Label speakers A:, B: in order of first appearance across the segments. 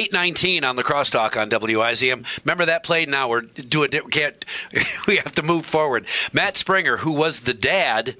A: 819 on the crosstalk on WIZM. Remember that play? Now we're do a di- can't we have to move forward. Matt Springer, who was the dad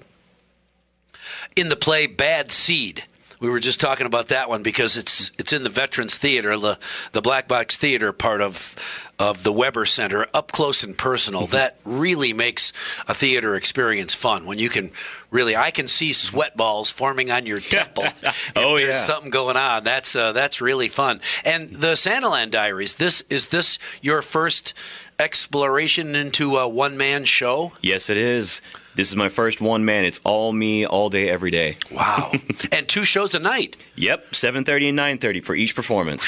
A: in the play Bad Seed. We were just talking about that one because it's it's in the Veterans Theater, the the Black Box Theater part of of the Weber Center, up close and personal.
B: Mm-hmm.
A: That really makes a theater experience fun when you can really I can see sweat balls forming on your temple. If
B: Oh,
A: there's
B: yeah.
A: something going on. That's uh, that's really fun. And the Santaland Diaries. This is this your first exploration into a one man show?
B: Yes, it is. This is my first one man. It's all me, all day, every day.
A: Wow. and two shows a night.
B: Yep, 7:30 and 9:30 for each performance.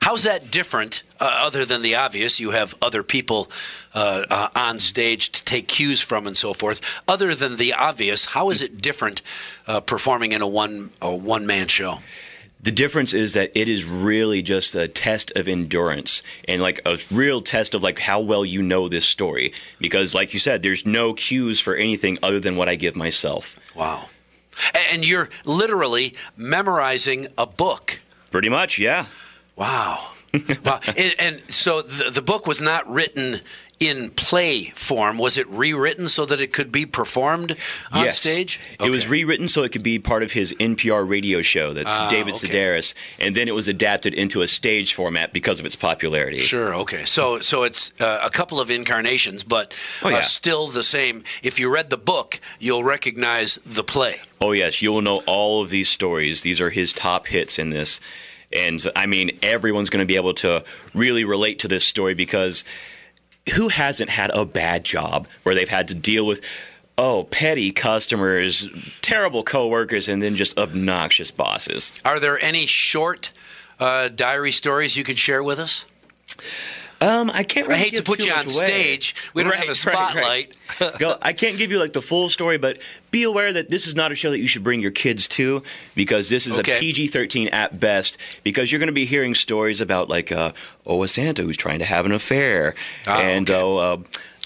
A: How's that different, uh, other than the obvious? You have other people uh, uh, on stage to take cues from and so forth. Other than the obvious, how is it different uh, performing in a one a one man show?
B: The difference is that it is really just a test of endurance and like a real test of like how well you know this story because like you said there's no cues for anything other than what I give myself.
A: Wow. A- And you're literally memorizing a book.
B: Pretty much, yeah.
A: Wow. wow. And, and so the, the book was not written in play form. Was it rewritten so that it could be performed on
B: yes.
A: stage?
B: It was
A: Okay.
B: rewritten so it could be part of his NPR radio show that's
A: Ah,
B: David
A: okay.
B: Sedaris and then it was adapted into a stage format because of its popularity.
A: Sure. Okay. So so it's uh, a couple of incarnations, but
B: Oh, yeah.
A: uh, still the same. If you read the book, you'll recognize the play.
B: Oh yes, you will know all of these stories. These are his top hits in this, and I mean everyone's going to be able to really relate to this story because who hasn't had a bad job where they've had to deal with oh petty customers, terrible coworkers, and then just obnoxious bosses.
A: Are there any short uh, diary stories you could share with us?
B: Um, I can't. Really
A: I hate to
B: give
A: put
B: too
A: you on
B: much away.
A: stage. We don't have a
B: Right, right, right. Go- I can't give you like the full story, but be aware that this is not a show that you should bring your kids to because this is
A: Okay.
B: a PG-13 at best. Because you're going to be hearing stories about like uh, oh a Santa who's trying to have an affair
A: Ah,
B: and
A: okay.
B: oh. Uh,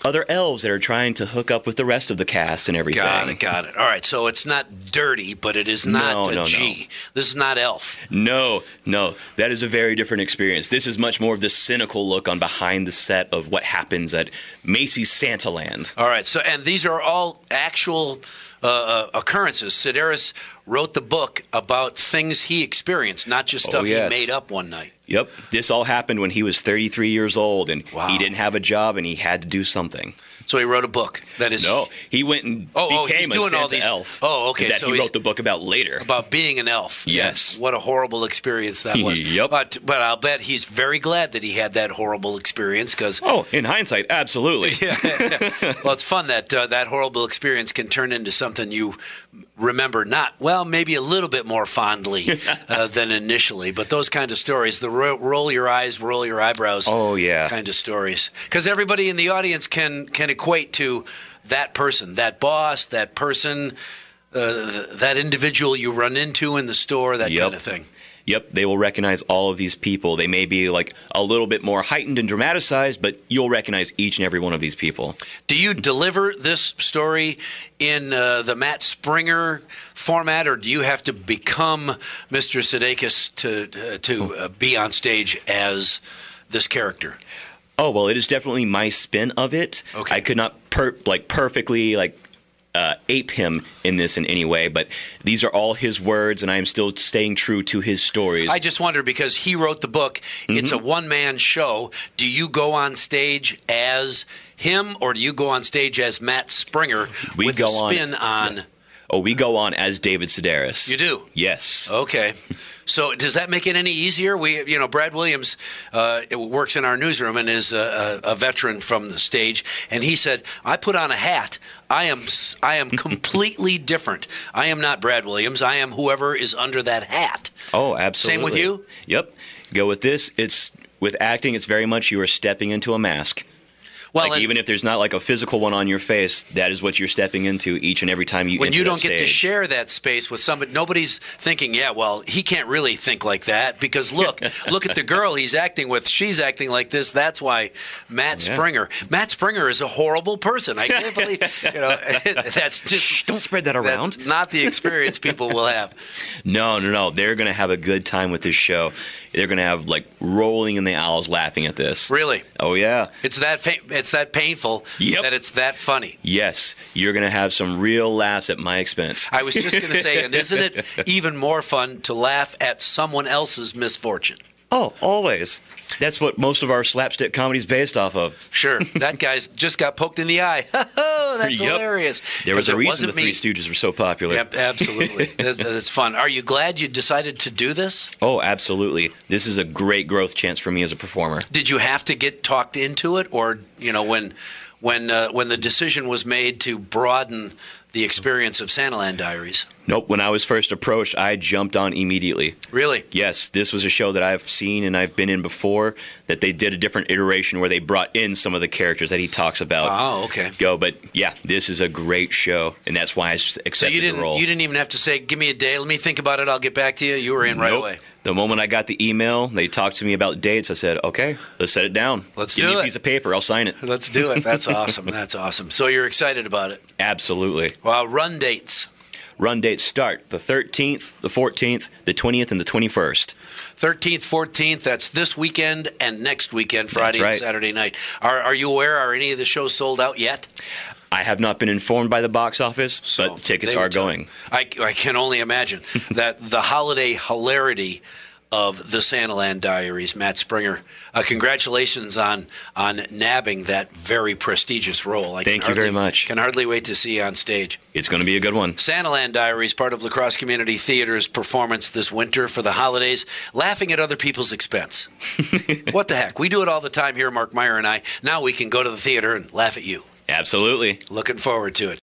B: other elves that are trying to hook up with the rest of the cast and everything.
A: Got it. Got it. All right. So it's not dirty, but it is not
B: No,
A: a
B: no, no.
A: G. This is not Elf.
B: No, no, that is a very different experience. This is much more of the cynical look on behind the set of what happens at Macy's Santaland.
A: All right. So, and these are all actual uh, uh, occurrences. Sedaris wrote the book about things he experienced, not just
B: Oh,
A: stuff
B: yes.
A: he made up one night.
B: Yep. This all happened when he was 33 years old and
A: Wow.
B: he didn't have a job and he had to do something.
A: So he wrote a book that is
B: No, he went and
A: Oh, oh,
B: became
A: he's
B: a
A: doing
B: Santa
A: all these-
B: elf.
A: Oh, okay,
B: That
A: so
B: he
A: he's- Oh.
B: wrote the book about later.
A: about being an elf.
B: Yes.
A: what a horrible experience that was.
B: Yep.
A: But but I'll bet he's very glad that he had that horrible experience because
B: oh, in hindsight, absolutely.
A: well, it's fun that uh, that horrible experience can turn into something you remember not well, maybe a little bit more fondly uh, than initially. But those kind of stories, the ro- roll your eyes, roll your eyebrows.
B: Oh, yeah.
A: kind of stories because everybody in the audience can can equate to that person, that boss, that person. Uh, th- that individual you run into in the store, that
B: Yep.
A: kind of thing.
B: Yep, they will recognize all of these people. They may be like a little bit more heightened and dramatized, but you'll recognize each and every one of these people.
A: Do you deliver this story in uh, the Matt Springer format, or do you have to become Mr. Sudeikis to uh, to uh, be on stage as this character?
B: Oh well, it is definitely my spin of it.
A: Okay.
B: I could not per- like perfectly like uh, ape him in this in any way, but these are all his words, and I am still staying true to his stories.
A: I just wonder because he wrote the book.
B: Mm-hmm.
A: It's a one man show. Do you go on stage as him, or do you go on stage as Matt Springer
B: We
A: with
B: go
A: a
B: on-
A: spin on?
B: oh, we go on as David Sedaris.
A: You do? Oh.
B: Yes.
A: Okay. So does that make it any easier? We, you know, Brad Williams uh, works in our newsroom and is a, a, a veteran from the stage, and he said, "I put on a hat. I am, s- I am completely different. I am not Brad Williams. I am whoever is under that hat."
B: Oh, absolutely.
A: Same with you?
B: Yep. Go with this. It's with acting. It's very much you are stepping into a mask.
A: Well,
B: like
A: and
B: even if there's not like a physical one on your face, that is what you're stepping into each and every time you
A: when
B: enter
A: you
B: that
A: don't get to
B: stage.
A: share that space with somebody, nobody's thinking, "Yeah, well, he can't really think like that because look, look at the girl he's acting with. She's acting like this. That's why Matt
B: Yeah.
A: Springer. Matt Springer is a horrible person. I can't believe you know that's just."
B: Shh, don't spread that around.
A: That's not the experience people will have.
B: No, no, no. They're going to have a good time with this show. They're going to have like rolling in the aisles laughing at this.
A: Really?
B: Oh yeah.
A: It's that fa- it's that painful
B: Yep.
A: that it's that funny.
B: Yes, you're going to have some real laughs at my expense.
A: I was just going to say, and isn't it even more fun to laugh at someone else's misfortune?
B: Oh, always. That's what most of our slapstick comedy is based off of.
A: Sure, that guy's just got poked in the eye. That's
B: Yep.
A: hilarious.
B: There was
A: 'Cause
B: a
A: it
B: reason
A: wasn't
B: the Three
A: me.
B: Stooges were so popular.
A: Yep, absolutely. that's, that's fun. Are you glad you decided to do this?
B: Oh, absolutely. This is a great growth chance for me as a performer.
A: Did you have to get talked into it, or you know when when uh, when the decision was made to broaden the experience of Santaland Diaries?
B: Nope, when I was first approached, I jumped on immediately.
A: Really?
B: Yes, this was a show that I've seen and I've been in before that they did a different iteration where they brought in some of the characters that he talks about.
A: Oh, okay.
B: Go, but yeah, this is a great show and that's why I s- accepted
A: So you didn't
B: the role.
A: you didn't even have to say, "Give me a day, let me think about it, I'll get back to you." You were in right
B: Nope.
A: away.
B: The moment I got the email, they talked to me about dates. I said, "Okay, let's set it down.
A: Let's
B: give
A: do
B: me a
A: it."
B: piece of paper. I'll sign it."
A: Let's do it. That's awesome. That's awesome. So you're excited about it.
B: Absolutely.
A: Wow, run dates.
B: Run dates start the 13th, the 14th, the 20th, and the 21st.
A: 13th, 14th, that's this weekend and next weekend, Friday and
B: right.
A: Saturday night. Are, are you aware, are any of the shows sold out yet?
B: I have not been informed by the box office,
A: So
B: but tickets
A: they would
B: are
A: tell-
B: going.
A: I, I can only imagine that the holiday hilarity of the Santaland Diaries, Matt Springer. Uh, congratulations on on nabbing that very prestigious role. I can
B: Thank you very
A: hardly-
B: much.
A: Can hardly wait to see you on stage.
B: It's going to be a good one.
A: Santaland Diaries, part of Lacrosse Community Theater's performance this winter for the holidays, laughing at other people's expense. what the heck? We do it all the time here, Mark Meyer and I. Now we can go to the theater and laugh at you.
B: Absolutely.
A: Looking forward to it.